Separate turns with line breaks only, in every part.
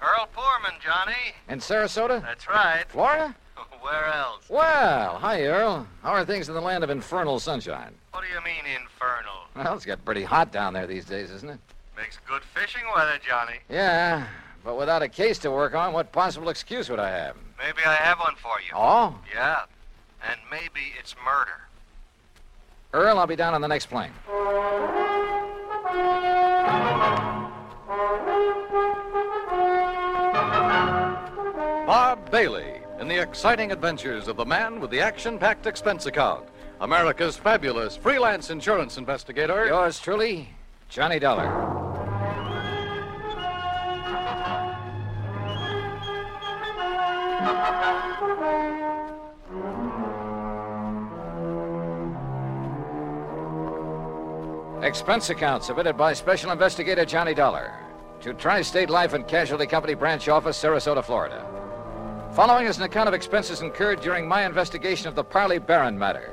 Earl Foreman, Johnny.
In Sarasota?
That's right.
Florida?
Where else?
Well, hi, Earl. How are things in the land of infernal sunshine?
What do you mean infernal?
Well, it's got pretty hot down there these days, isn't it?
Makes good fishing weather, Johnny.
Yeah, but without a case to work on, what possible excuse would I have?
Maybe I have one for you.
Oh?
Yeah. And maybe it's murder.
Earl, I'll be down on the next plane.
Bob Bailey in the exciting adventures of the man with the action packed expense account, America's fabulous freelance insurance investigator.
Yours truly, Johnny Dollar. Expense account submitted by Special Investigator Johnny Dollar to Tri State Life and Casualty Company Branch Office, Sarasota, Florida. Following is an account of expenses incurred during my investigation of the Parley Baron matter.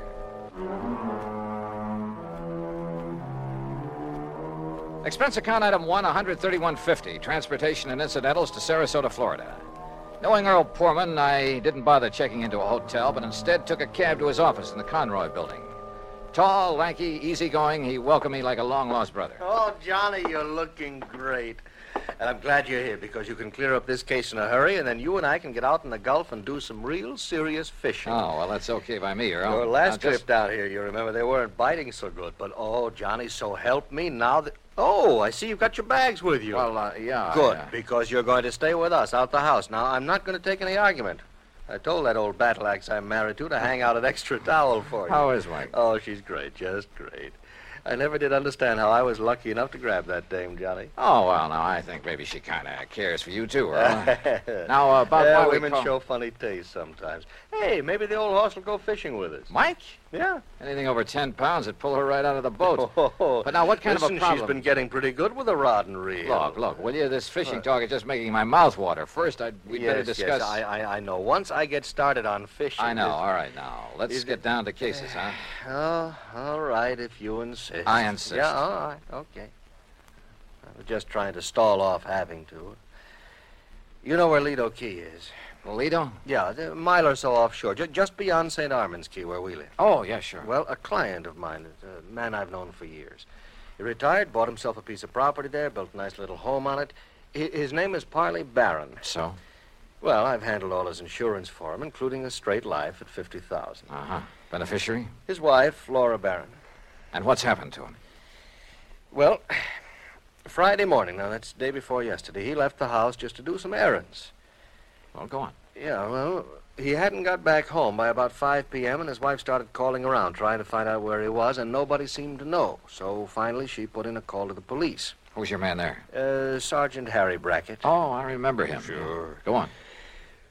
Expense account item one, 131.50, transportation and incidentals to Sarasota, Florida. Knowing Earl Poorman, I didn't bother checking into a hotel, but instead took a cab to his office in the Conroy building. Tall, lanky, easygoing, he welcomed me like a long lost brother.
Oh, Johnny, you're looking great. And I'm glad you're here because you can clear up this case in a hurry, and then you and I can get out in the Gulf and do some real serious fishing.
Oh, well, that's okay by me, Earl.
Your last
Now, ah, just-
trip down here, you remember, they weren't biting so good. But, oh, Johnny, so help me now that. Oh, I see you've got your bags with you.
Well, uh, yeah.
good,
yeah.
because you're going to stay with us out the house. Now, I'm not going to take any argument. I told that old battle axe I'm married to to hang out an extra towel for you.
How is Mike?
Oh, she's great, just great. I never did understand how I was lucky enough to grab that dame, Johnny.
Oh, well, now, I think maybe she kind of cares for you, too, Earl. now, uh, about
yeah,
why
women
we call...
show funny taste sometimes. Hey, maybe the old horse will go fishing with us.
Mike?
Yeah.
Anything over 10 pounds would pull her right out of the boat.
Oh,
But now, what kind of a
listen,
problem-
She's been getting pretty good with a rod and reel.
Look, look, will you? This fishing talk is just making my mouth water. First, I'd, we'd
yes,
better discuss.
Yes, I, I, I know. Once I get started on fishing.
I know.
this-
All right, now. Let's
is
get down to cases, huh?
Oh, all right, if you insist.
I insist.
Yeah, all right, okay. I was just trying to stall off having to. You know where Lido Key is?
Polito?
Yeah, a mile or so offshore, ju- just beyond St. Armand's Key, where we live.
Oh, yeah, sure.
Well, a client of mine, a man I've known for years. He retired, bought himself a piece of property there, built a nice little home on it. Hi- His name is Parley Barron.
so?
Well, I've handled all his insurance for him, including a straight life at 50000
Uh huh. Beneficiary?
His wife, Flora Barron.
And what's happened to him?
Well, Friday morning, now that's day before yesterday, he left the house just to do some errands.
Well, go on.
Yeah, well, he hadn't got back home by about 5 p.m., and his wife started calling around trying to find out where he was, and nobody seemed to know. So finally, she put in a call to the police.
Who's your man there?
Uh, Sergeant Harry Brackett.
Oh, I remember him.
Sure.
Go on.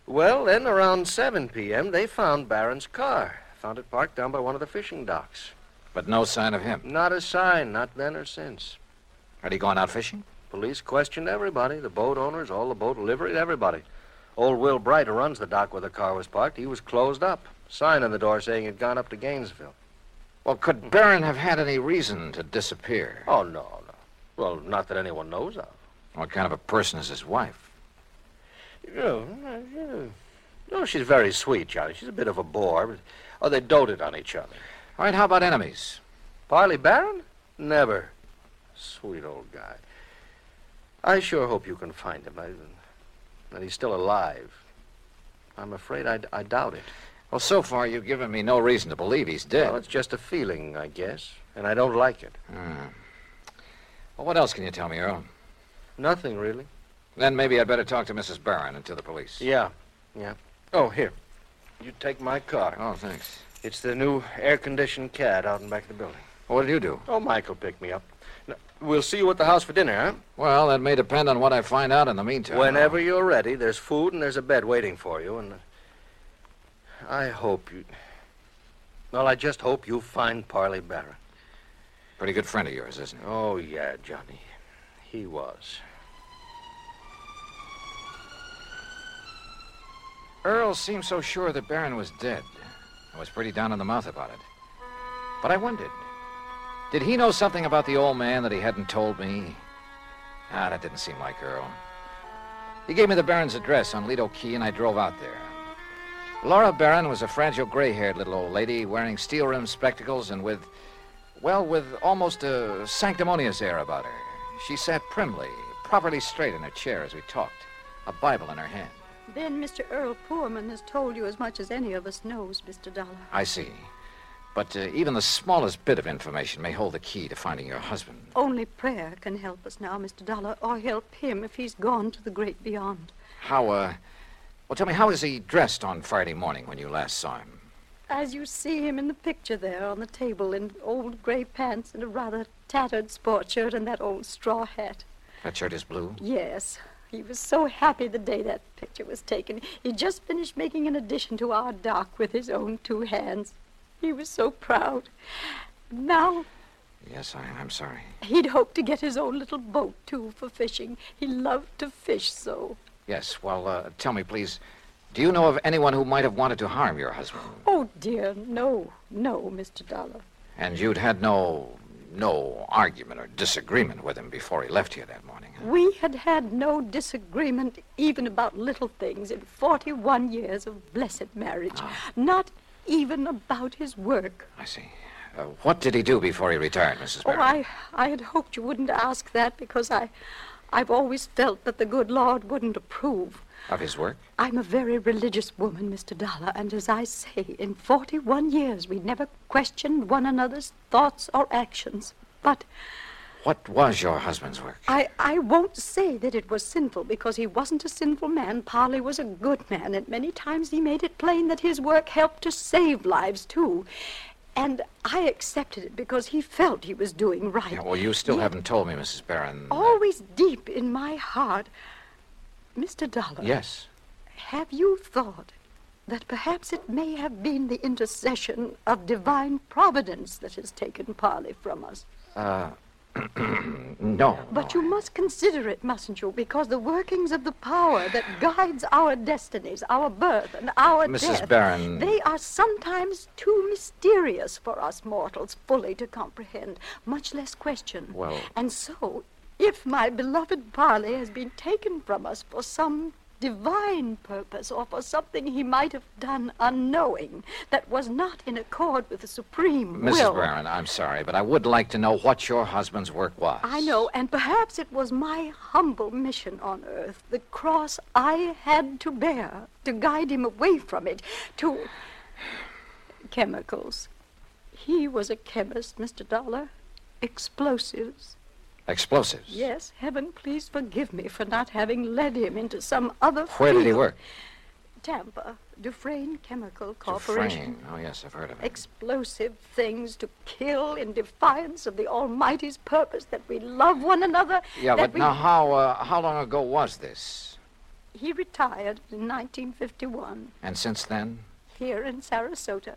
Well, then around 7 p.m., they found Barron's car. Found it parked down by one of the fishing docks.
But no sign of him.
Not a sign, not then or since.
Had he gone out fishing?
Police questioned everybody the boat owners, all the boat livery, everybody. Old Will Bright, who runs the dock where the car was parked, he was closed up. Sign on the door saying he'd gone up to Gainesville.
Well, could Barron have had any reason to disappear?
Oh, no, no. Well, not that anyone knows of.
What kind of a person is his wife?
No, she's very sweet, Johnny. She's a bit of a bore. But, oh, they doted on each other.
All right, how about enemies?
Parley Barron? Never. Sweet old guy. I sure hope you can find him. I, that he's still alive. I'm afraid I, I doubt it.
Well, so far you've given me no reason to believe he's dead.
Well, it's just a feeling, I guess, and I don't like it.
Well, what else can you tell me, Earl?
Nothing, really.
Then maybe I'd better talk to Mrs. Barron and to the police.
Yeah, yeah. Oh, here. You take my car.
Oh, thanks.
It's the new air-conditioned cad out in back of the building.
What did you do?
Oh, Michael, pick me up. Now, we'll see you at the house for dinner, huh?
Well, that may depend on what I find out in the meantime.
Whenever you're ready, there's food and there's a bed waiting for you, and uh, I hope you. Well, I just hope you find Parley Barron.
Pretty good friend of yours, isn't he?
Oh, yeah, Johnny. He was.
Earl seemed so sure that Barron was dead. I was pretty down in the mouth about it. But I wondered did he know something about the old man that he hadn't told me? Ah, that didn't seem like Earl. He gave me the Baron's address on Lido Key, and I drove out there. Laura Barron was a fragile, gray haired little old lady wearing steel rimmed spectacles and with, well, with almost a sanctimonious air about her. She sat primly, properly straight in her chair as we talked, a Bible in her hand.
Then Mr. Earl Poorman has told you as much as any of us knows, Mr. Dollar.
I see. But uh, even the smallest bit of information may hold the key to finding your husband.
Only prayer can help us now, Mr. Dollar, or help him if he's gone to the great beyond.
How, uh, well, tell me, how is he dressed on Friday morning when you last saw him?
As you see him in the picture there on the table in old gray pants and a rather tattered sport shirt and that old straw hat.
That shirt is blue.
Yes, he was so happy the day that picture was taken. He just finished making an addition to our dock with his own two hands. He was so proud. Now
Yes, I, I'm sorry.
he'd hoped to get his own little boat, too, for fishing. He loved to fish so.
Yes, well, uh, tell me, please, do you know of anyone who might have wanted to harm your husband?
Oh, dear, no, no, Mr. Dollar.
And you'd had no, no argument or disagreement with him before he left here that morning. huh?
We had had no disagreement even about little things in 41 years of blessed marriage, not even about his work.
I see. Uh, what did he do before he retired, Mrs.
Oh,
Barron?
I, I had hoped you wouldn't ask that because I, I've always felt that the good Lord wouldn't approve.
Of his work?
I'm a very religious woman, Mr. Dollar, and as I say, in 41 years we never questioned one another's thoughts or actions. But
What was your husband's work?
I, I won't say that it was sinful because he wasn't a sinful man. Parley was a good man, and many times he made it plain that his work helped to save lives, too. And I accepted it because he felt he was doing right.
Yeah, well, you still
Yet
haven't told me, Mrs. Barron.
Always deep in my heart, Mr. Dollar.
Yes.
Have you thought that perhaps it may have been the intercession of divine providence that has taken Parley from us?
No.
Mm-hmm. But you must consider it, mustn't you? Because the workings of the power that guides our destinies, our birth, and our
Mrs.
death,
Barron.
they are sometimes too mysterious for us mortals fully to comprehend, much less question.
Well-
and so, if my beloved Parley has been taken from us for some divine purpose or for something he might have done unknowing that was not in accord with the supreme
Mrs.
will.
Barron, I'm sorry, but I would like to know what your husband's work was.
I know, and perhaps it was my humble mission on earth, the cross I had to bear to guide him away from it, to chemicals. He was a chemist, Mr. Dollar. Explosives.
Explosives.
Yes, heaven, please forgive me for not having led him into some other
Where did he
field.
work?
Tampa, Dufresne Chemical Corporation.
Dufresne. Oh, yes, I've heard of it.
Explosive things to kill in defiance of the Almighty's purpose that we love one another.
yeah,
that
but
we
now how, uh, how long ago was this?
He retired in 1951
And since then?
here in Sarasota.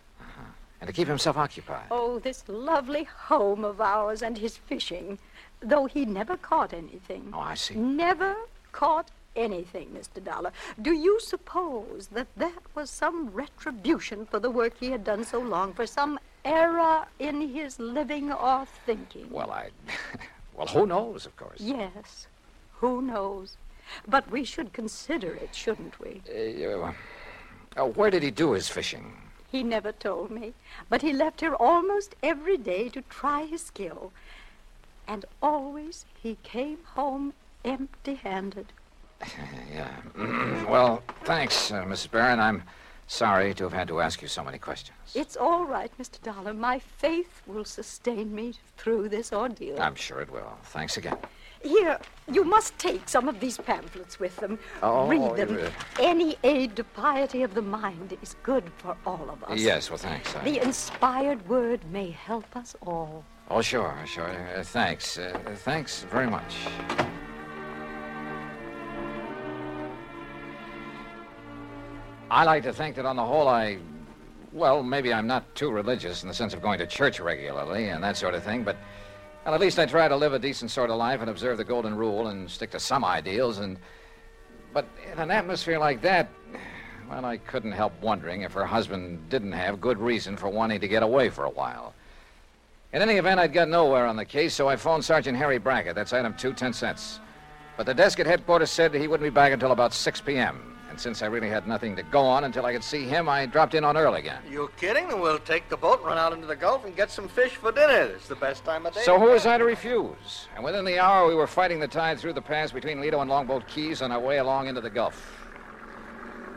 And to keep himself occupied.
Oh, this lovely home of ours and his fishing, though he never caught anything.
Oh, I see.
Never caught anything, Mr. Dollar. Do you suppose that that was some retribution for the work he had done so long, for some error in his living or thinking?
Well, I. well, who knows, of course.
Yes. Who knows? But we should consider it, shouldn't we?
Uh, uh, where did he do his fishing?
He never told me, but he left here almost every day to try his skill. And always he came home empty handed.
Yeah. well, thanks, uh, Mrs. Barron. I'm sorry to have had to ask you so many questions.
It's all right, Mr. Dollar. My faith will sustain me through this ordeal.
I'm sure it will. Thanks again.
Here, you must take some of these pamphlets with them.
Oh,
Read them.
uh,
Any aid to piety of the mind is good for all of us.
Yes, well, thanks. I-
The inspired word may help us all.
Oh, sure, sure. Uh, thanks. Uh, thanks very much. I like to think that on the whole, I. Well, maybe I'm not too religious in the sense of going to church regularly and that sort of thing, but. Well, at least I try to live a decent sort of life and observe the Golden Rule and stick to some ideals and. But in an atmosphere like that, well, I couldn't help wondering if her husband didn't have good reason for wanting to get away for a while. In any event, I'd got nowhere on the case, so I phoned Sergeant Harry Brackett. That's item two, ten cents. But the desk at headquarters said he wouldn't be back until about 6 p.m. And since I really had nothing to go on until I could see him, I dropped in on Earl again.
You're kidding? Then we'll take the boat, run out into the Gulf, and get some fish for dinner. It's the best time of day.
So who was I to refuse? And within the hour, we were fighting the tide through the pass between Lido and Longboat Keys on our way along into the Gulf.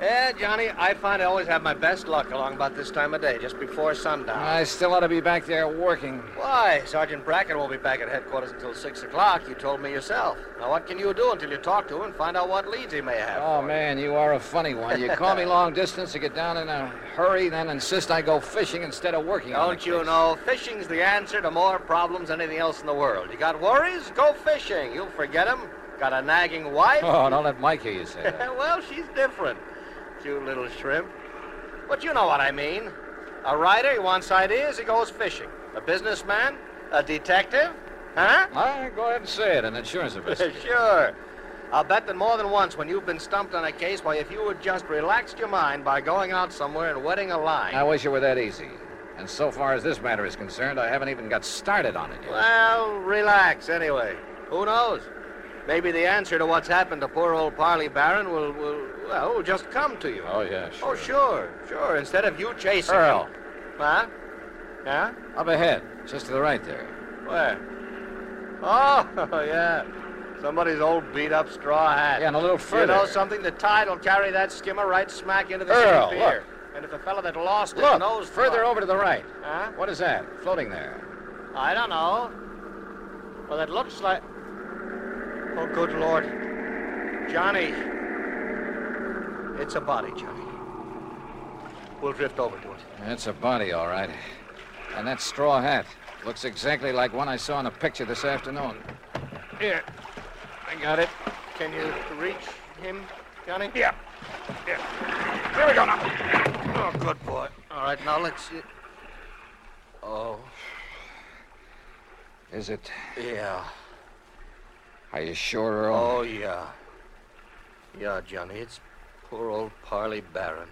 Yeah, Johnny, I find I always have my best luck along about this time of day, just before sundown.
I still ought to be back there working.
Why? Sergeant Brackett won't be back at headquarters until 6 o'clock. You told me yourself. Now, what can you do until you talk to him and find out what leads he may have?
Oh, man, you are a funny one. You call me long distance to get down in a hurry, then insist I go fishing instead of working. on the
Don't you
case.
know? Fishing's the answer to more problems than anything else in the world. You got worries? Go fishing. You'll forget 'em. Got a nagging wife?
Oh, don't let Mike hear you say that.
Eh, well, she's different. Cute little shrimp. But you know what I mean. A writer, he wants ideas, he goes fishing. A businessman? A detective? Huh?
All right, go ahead and say it, an insurance investigator.
sure. I'll bet that more than once when you've been stumped on a case, why, if you would just relaxed your mind by going out somewhere and wetting a line.
I wish it were that easy. And so far as this matter is concerned, I haven't even got started on it yet.
Well, relax anyway. Who knows? Maybe the answer to what's happened to poor old Parley Baron will, will well, will just come to you.
Oh, yeah,
Oh,
sure.
sure, sure. Instead of you chasing.
Earl.
him. Huh? Huh?
Up ahead, just to the right there.
Where? Oh, yeah. Somebody's old beat up straw hat.
Yeah, and a little
You
further.
know something? The tide will carry that skimmer right smack into the
Earl,
sea pier. And if the fellow that lost it
Look,
knows
further over to the right.
Huh?
What is that, floating there?
I don't know. Well, it looks like. Oh, good Lord. Johnny. It's a body, Johnny. We'll drift over to it.
That's a body, all right. And that straw hat looks exactly like one I saw in a picture this afternoon.
Here. I got it. Can you reach him, Johnny? Yeah. Yeah. Here we go now. Oh, good boy. All right, now let's see. Oh,
Is it?
yeah.
Are you sure, Earl?
Oh, yeah. Yeah, Johnny, it's poor old Parley Baron.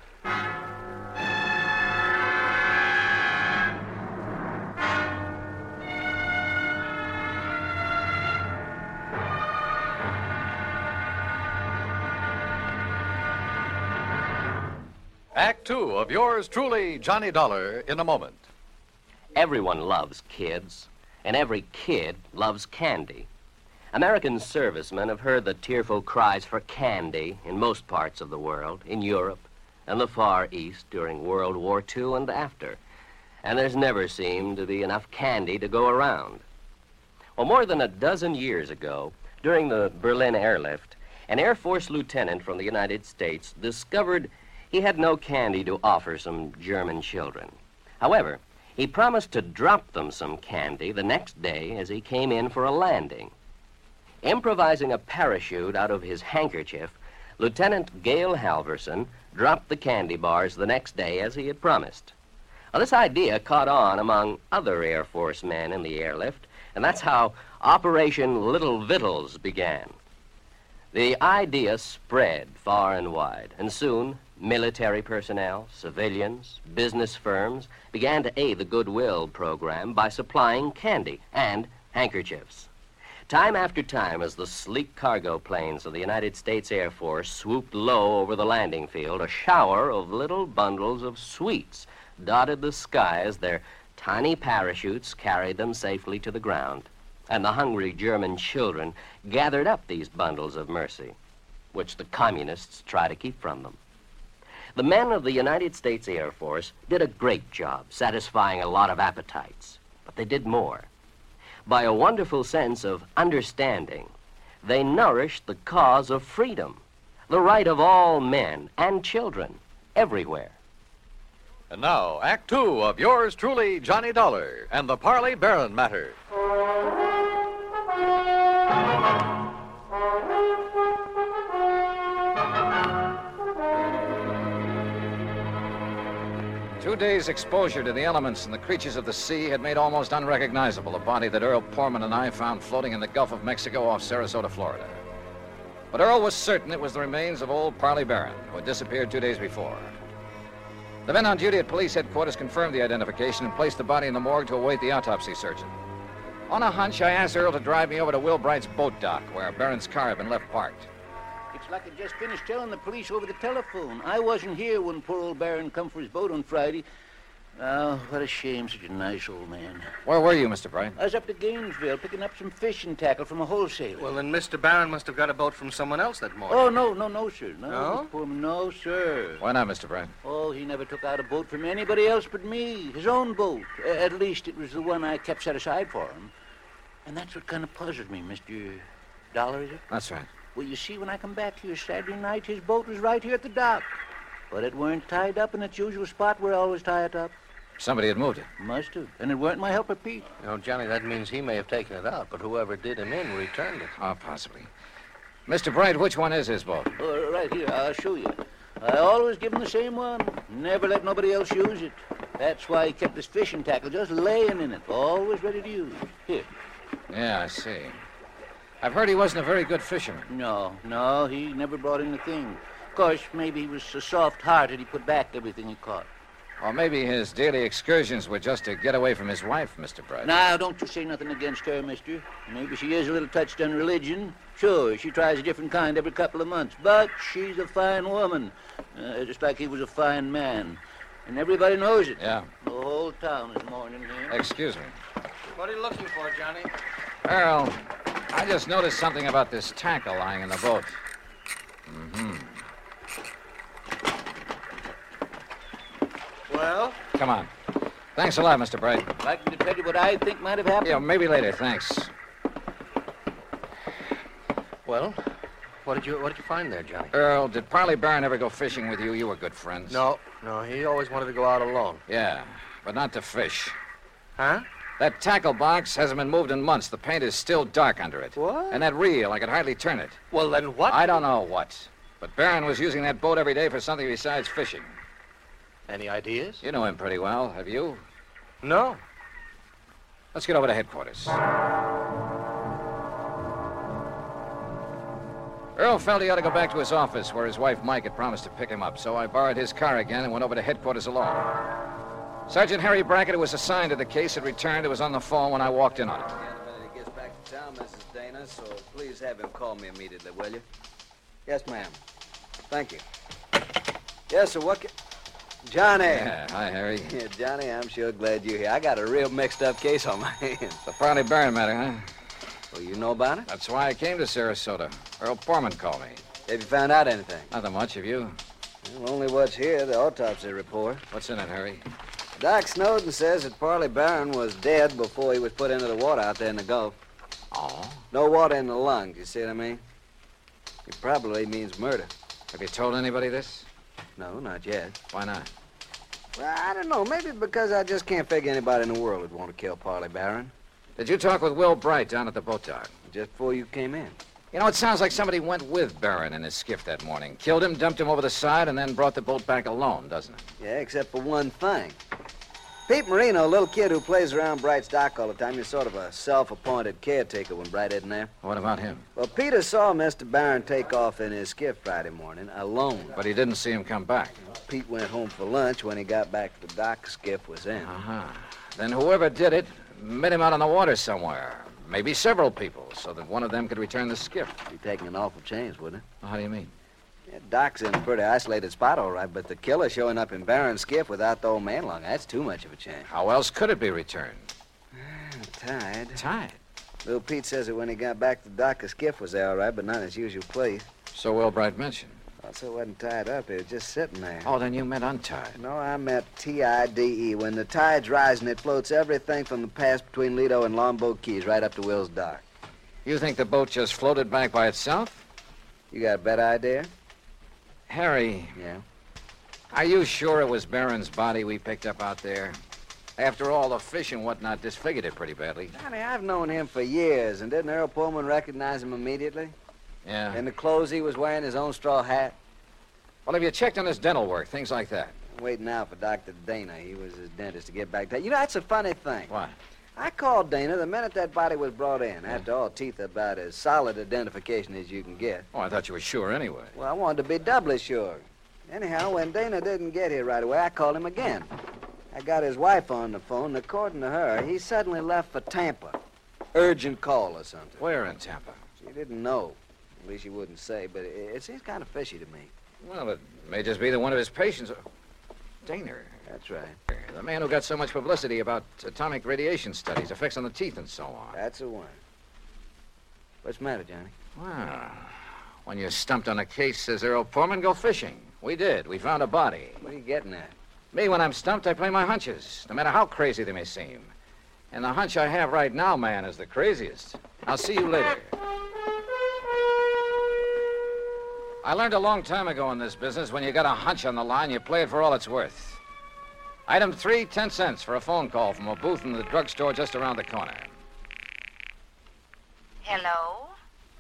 Act two of yours truly, Johnny Dollar, in a moment.
Everyone loves kids, and every kid loves candy. American servicemen have heard the tearful cries for candy in most parts of the world, in Europe and the Far East during World War II and after. And there's never seemed to be enough candy to go around. Well, more than a dozen years ago, during the Berlin airlift, an Air Force lieutenant from the United States discovered he had no candy to offer some German children. However, he promised to drop them some candy the next day as he came in for a landing. Improvising a parachute out of his handkerchief, Lieutenant Gale Halverson dropped the candy bars the next day as he had promised. Now, this idea caught on among other Air Force men in the airlift, and that's how Operation Little Vittles began. The idea spread far and wide, and soon military personnel, civilians, business firms began to aid the Goodwill program by supplying candy and handkerchiefs. Time after time, as the sleek cargo planes of the United States Air Force swooped low over the landing field, a shower of little bundles of sweets dotted the sky as their tiny parachutes carried them safely to the ground. And the hungry German children gathered up these bundles of mercy, which the communists try to keep from them. The men of the United States Air Force did a great job satisfying a lot of appetites, but they did more by a wonderful sense of understanding. They nourished the cause of freedom, the right of all men and children everywhere.
And now, Act two of yours truly, Johnny Dollar, and the Parley Baron matter.
Two days' exposure to the elements and the creatures of the sea had made almost unrecognizable the body that Earl Porman and I found floating in the Gulf of Mexico off Sarasota, Florida. But Earl was certain it was the remains of old Parley Barron, who had disappeared two days before. The men on duty at police headquarters confirmed the identification and placed the body in the morgue to await the autopsy surgeon. On a hunch, I asked Earl to drive me over to Wilbright's boat dock, where Barron's car had been left parked.
It's like I just finished telling the police over the telephone. I wasn't here when poor old Baron come for his boat on Friday. Oh, what a shame, such a nice old man.
Where were you, Mr. Bright?
I was up to Gainesville picking up some fishing tackle from a wholesaler.
Well, then Mr. Barron must have got a boat from someone else that morning.
Oh, no, no, no, sir. No,
No?
Mr. Pullman, no, sir.
Why not, Mr. Bright?
Oh, he never took out a boat from anybody else but me. His own boat. A- at least it was the one I kept set aside for him. And that's what kind of puzzled me, Mr. Dollar, is it?
That's right.
Well, you see, when I come back here Saturday night, his boat was right here at the dock. But it weren't tied up in its usual spot where I always tie it up.
Somebody had moved it.
Must have. And it weren't my helper, Pete.
You know, Johnny, that means he may have taken it out, but whoever did him in returned it.
Oh, possibly. Mr. Bright, which one is his boat?
Oh, right here, I'll show you. I always give him the same one. Never let nobody else use it. That's why he kept his fishing tackle just laying in it, always ready to use. Here.
Yeah, I see. I've heard he wasn't a very good fisherman.
No, no, he never brought in a thing. Of course, maybe he was so soft-hearted he put back everything he caught.
Or maybe his daily excursions were just to get away from his wife, Mr. Bright.
Now, don't you say nothing against her, mister. Maybe she is a little touched on religion. Sure, she tries a different kind every couple of months, but she's a fine woman, uh, just like he was a fine man. And everybody knows it.
Yeah.
The whole town is mourning him.
Excuse me.
What are you looking for, Johnny?
Earl, I just noticed something about this tackle lying in the boat.
Well,
Come on. Thanks a lot, Mr. Bright.
Like me to tell you what I think might have happened?
Yeah, maybe later. Thanks.
well, what did you what did you find there, Johnny?
Earl, did Parley Barron ever go fishing with you? You were good friends.
No, no, he always wanted to go out alone.
Yeah, but not to fish.
Huh?
That tackle box hasn't been moved in months. The paint is still dark under it.
What?
And that reel, I could hardly turn it.
Well, then what?
I don't know what. But Barron was using that boat every day for something besides fishing.
Any ideas?
You know him pretty well, have you?
No.
Let's get over to headquarters. Earl felt he ought to go back to his office where his wife Mike had promised to pick him up, so I borrowed his car again and went over to headquarters alone. Sergeant Harry Brackett, who was assigned to the case, had returned and was on the phone when I walked in on it.
He gets back to town, Mrs. Dana, so please have him call me immediately, will you? Yes, ma'am. Thank you. Yes, sir, what ca- Johnny!
Yeah, hi, Harry.
Yeah, Johnny, I'm sure glad you're here. I got a real mixed up case on my hands.
The Farley Barron matter, huh?
Well, you know about it?
That's why I came to Sarasota. Earl Foreman called me.
Have you found out anything?
Nothing much of you.
Well, only what's here, the autopsy report.
What's in it, Harry?
Doc Snowden says that Parley Barron was dead before he was put into the water out there in the Gulf.
Oh?
No water in the lungs, you see what I mean? It probably means murder.
Have you told anybody this?
No, not yet.
Why not?
Well, I don't know. Maybe because I just can't figure anybody in the world would want to kill Parley Barron
Did you talk with Will Bright down at the boat dock?
just before you came in.
You know, it sounds like somebody went with Barron in his skiff that morning, killed him, dumped him over the side, and then brought the boat back alone, doesn't it?
Yeah, except for one thing. Pete Marino, a little kid who plays around Bright's dock all the time, he's sort of a self-appointed caretaker when Bright isn't there.
What about him?
Well, Peter saw Mr. Barron take off in his skiff Friday morning alone.
But he didn't see him come back.
Pete went home for lunch. When he got back to the dock, the skiff was in.
Uh-huh. Then whoever did it met him out on the water somewhere. Maybe several people, so that one of them could return the skiff.
Be taking an awful chance, wouldn't
How do you mean?
it? Yeah, dock's in a pretty isolated spot, all right, but the killer showing up in Barron's skiff without the old man along, that's too much of a chance.
How else could it be returned?
Tied.
Tied.
Little Pete says that when he got back to the dock, the skiff was there all right, but not in its usual place.
So Will Bright mentioned.
Also, it wasn't tied up. It was just sitting there.
Oh, then you meant untied.
No, I meant T-I-D-E. When the tide's rising, it floats everything from the pass between Lido and Lombo Keys right up to Will's dock.
You think the boat just floated back by itself?
You got a better idea?
Harry,
Yeah.
Are you sure it was Barron's body we picked up out there? After all, the fish and whatnot disfigured it pretty badly.
Johnny, I've known him for years, and didn't Earl Pullman recognize him immediately?
Yeah.
In the clothes he was wearing, his own straw hat?
Well, have you checked on his dental work, things like that?
waiting out for Dr. Dana. He was his dentist to get back to. You know, that's a funny thing.
Why?
I called Dana the minute that body was brought in. After all, teeth are about as solid identification as you can get.
Oh, I thought you were sure anyway.
Well, I wanted to be doubly sure. Anyhow, when Dana didn't get here right away, I called him again. I got his wife on the phone, and according to her, he suddenly left for Tampa. Urgent call or something.
Where in Tampa?
She didn't know. At least she wouldn't say, but it, it seems kind of fishy to me.
Well, it may just be that one of his patients. Daner,
That's right.
the man who got so much publicity about atomic radiation studies, effects on the teeth, and so on.
That's the one. What's the matter, Johnny?
Well, when you're stumped on a case, says Earl Pullman, go fishing. We did. We found a body.
What are you getting at?
Me, when I'm stumped, I play my hunches, no matter how crazy they may seem. And the hunch I have right now, man, is the craziest. I'll see you later. I learned a long time ago in this business when you got a hunch on the line, you play it for all it's worth. Item three, ten cents for a phone call from a booth in the drugstore just around the corner.
Hello?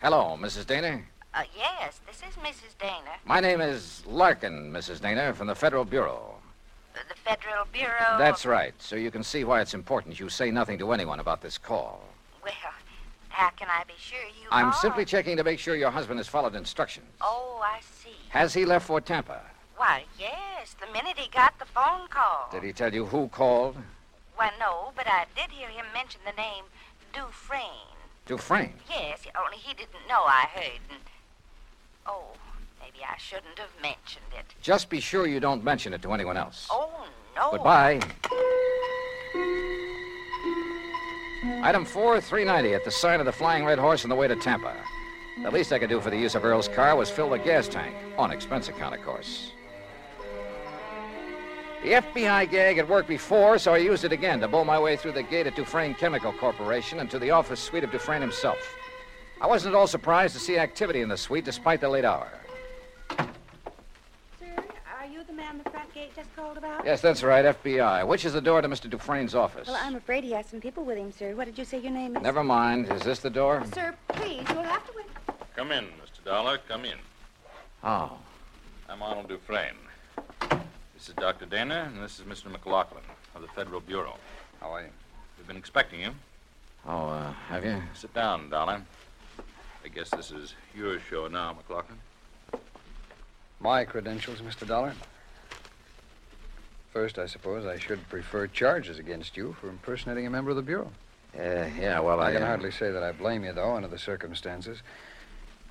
Hello, Mrs. Dana.
Uh, yes, this is Mrs. Dana,
My name is Larkin, Mrs. Dana, from the Federal Bureau.
uh, the Federal Bureau. of-
That's right. So you can see why it's important you say nothing to anyone about this call.
Well, how can I be sure you
I'm
are?
simply checking to make sure your husband has followed instructions.
Oh, I see.
Has he left for Tampa?
Why, yes, the minute he got the phone call.
Did he tell you who called?
Why, no, but I did hear him mention the name Dufresne.
Dufresne.
Yes, only he didn't know I heard. And... Oh, maybe I shouldn't have mentioned it.
Just be sure you don't mention it to anyone else.
Oh, no.
Goodbye. Item 4, 390 at the sign of the Flying Red Horse on the way to Tampa. The least I could do for the use of Earl's car was fill the gas tank, on expense account, of course. The FBI gag had worked before, so I used it again to bowl my way through the gate at Dufresne Chemical Corporation and to the office suite of Dufresne himself. I wasn't at all surprised to see activity in the suite despite the late hour.
Sir, are you the man the front gate just called about?
Yes, that's right, FBI. Which is the door to Mr. Dufresne's office?
Well, I'm afraid he has some people with him, sir. What did you say your name is?
Never mind. Is this the door?
Sir, please, you'll have to wait.
Come in, Mr. Dollar. Come in.
Oh.
I'm Arnold Dufresne. This is Dr. Dana, and this is Mr. McLaughlin of the Federal Bureau. How are you? We've been expecting you.
Oh, uh, have you?
Sit down, Dollar. I guess this is your show now, McLaughlin.
My credentials, Mr. Dollar. First, I suppose I should prefer charges against you for impersonating a member of the Bureau.
Uh, yeah, well, I.
I can
uh,
hardly say that I blame you, though, under the circumstances.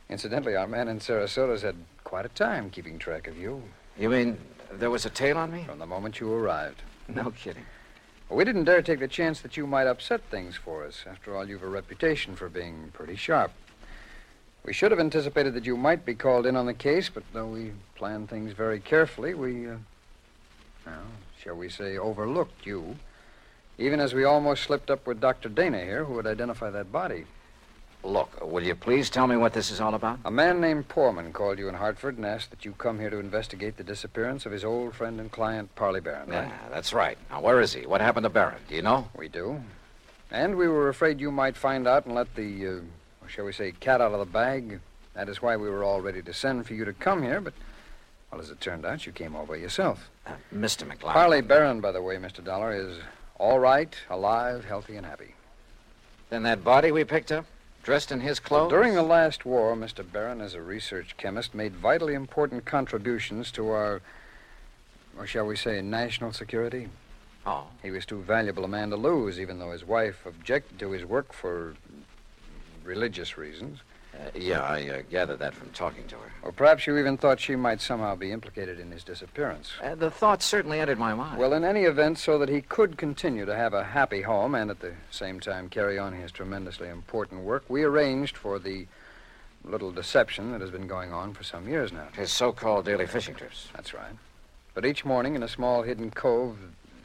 Incidentally, our man in Sarasota's had quite a time keeping track of you.
You mean there was a tail on me?
From the moment you arrived.
No kidding.
We didn't dare take the chance that you might upset things for us. After all, you've a reputation for being pretty sharp. We should have anticipated that you might be called in on the case, but though we planned things very carefully, we, uh, well, shall we say, overlooked you. Even as we almost slipped up with Dr. Dana here, who would identify that body.
Look, will you please tell me what this is all about?
A man named Poorman called you in Hartford and asked that you come here to investigate the disappearance of his old friend and client, Parley Barron, right?
Yeah, that's right. Now, where is he? What happened to Barron? Do you know?
We do. And we were afraid you might find out and let the, uh, or shall we say, cat out of the bag. That is why we were all ready to send for you to come here, but, well, as it turned out, you came all by yourself.
Uh, Mr. McLaughlin.
Harley Barron, by the way, Mr. Dollar, is all right, alive, healthy, and happy.
Then that body we picked up, dressed in his clothes?
During the last war, Mr. Barron, as a research chemist, made vitally important contributions to our, or shall we say, national security.
Oh.
He was too valuable a man to lose, even though his wife objected to his work for religious reasons.
Uh, yeah, I uh, gathered that from talking to her.
Or perhaps you even thought she might somehow be implicated in his disappearance.
Uh, the thought certainly entered my mind.
Well, in any event, so that he could continue to have a happy home and at the same time carry on his tremendously important work, we arranged for the little deception that has been going on for some years now.
his so called daily fishing trips.
That's right. But each morning in a small hidden cove,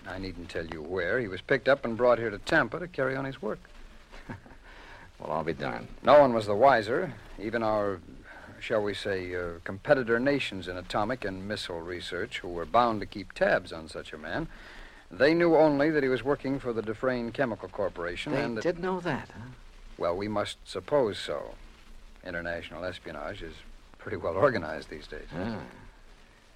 I needn't tell you where, he was picked up and brought here to Tampa to carry on his work.
Well, I'll be darned.
No one was the wiser. Even our, shall we say, uh, competitor nations in atomic and missile research, who were bound to keep tabs on such a man, they knew only that he was working for the Dufresne Chemical Corporation
They
and that,
did know that, huh?
well, we must suppose so. International espionage is pretty well organized these days.
Ah.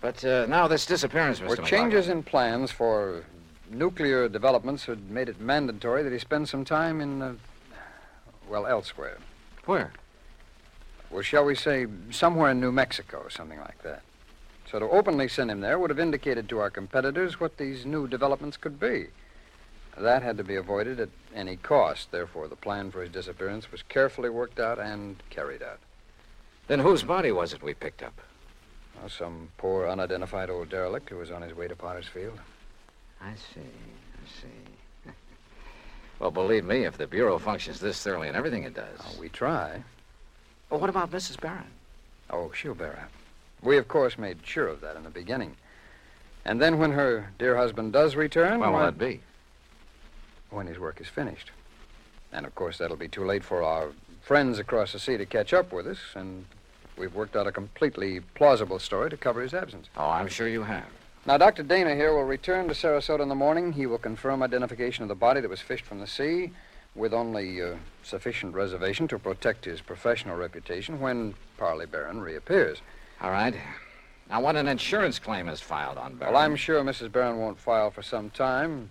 But uh, now this disappearance, Mr.
Or changes in plans for nuclear developments had made it mandatory that he spend some time in, uh, well, elsewhere.
Where?
Well, shall we say, somewhere in New Mexico, something like that. So to openly send him there would have indicated to our competitors what these new developments could be. That had to be avoided at any cost. Therefore, the plan for his disappearance was carefully worked out and carried out.
Then whose body was it we picked up?
Oh, some poor, unidentified old derelict who was on his way to Potter's Field.
I see. I see. Well, believe me, if the Bureau functions this thoroughly in everything it does.
Uh, we try.
Well, what about Mrs. Barron?
Oh, she'll bear up. We, of course, made sure of that in the beginning. And then when her dear husband does return.
When will
why-
that be?
When his work is finished. And, of course, that'll be too late for our friends across the sea to catch up with us, and we've worked out a completely plausible story to cover his absence.
Oh, I'm sure you have.
Now, Dr. Dana here will return to Sarasota in the morning. He will confirm identification of the body that was fished from the sea with only uh, sufficient reservation to protect his professional reputation when Parley Barron reappears.
All right. Now, what an insurance claim is filed on Barron.
Well, I'm sure Mrs. Barron won't file for some time,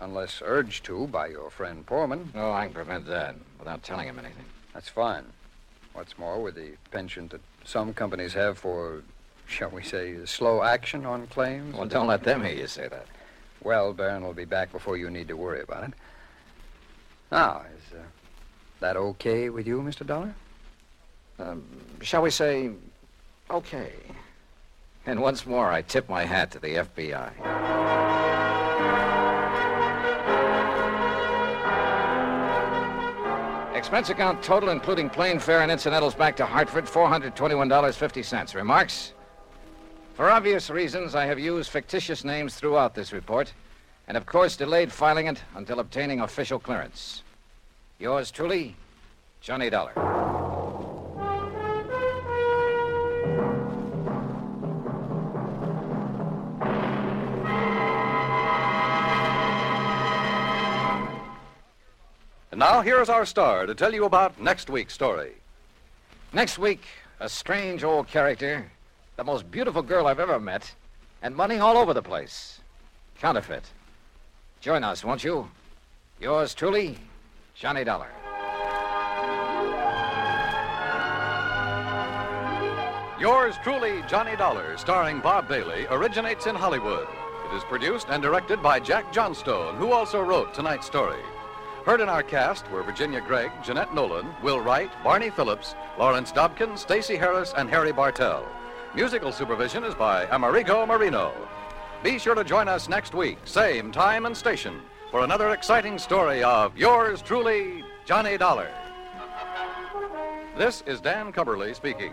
unless urged to by your friend Poorman.
No, Oh, I can prevent that without telling him anything.
That's fine. What's more, with the penchant that some companies have for, shall we say, slow action on claims.
Well, don't let them hear you say that.
Well, Barron will be back before you need to worry about it. Now, is uh, that okay with you, Mr. Dollar?
Um, shall we say, okay. And once more, I tip my hat to the FBI. Expense account total, including plane fare and incidentals back to Hartford, $421.50. Remarks? For obvious reasons, I have used fictitious names throughout this report, and of course delayed filing it until obtaining official clearance. Yours truly, Johnny Dollar.
And now here is our star to tell you about next week's story.
Next week, a strange old character, the most beautiful girl I've ever met, and money all over the place. Counterfeit. Join us, won't you? Yours truly, Johnny Dollar.
Yours truly, Johnny Dollar, starring Bob Bailey, originates in Hollywood. It is produced and directed by Jack Johnstone, who also wrote tonight's story. Heard in our cast were Virginia Gregg, Jeanette Nolan, Will Wright, Barney Phillips, Lawrence Dobkin, Stacy Harris, and Harry Bartell. Musical supervision is by Amerigo Marino. Be sure to join us next week, same time and station, for another exciting story of yours truly, Johnny Dollar. This is Dan Cumberly speaking.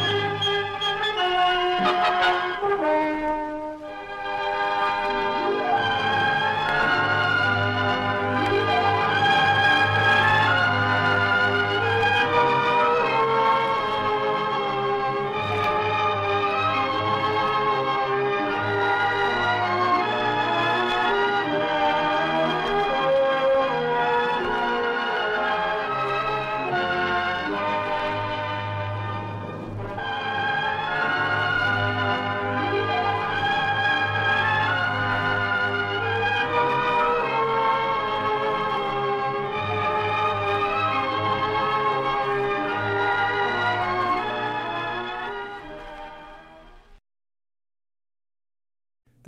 Thank you.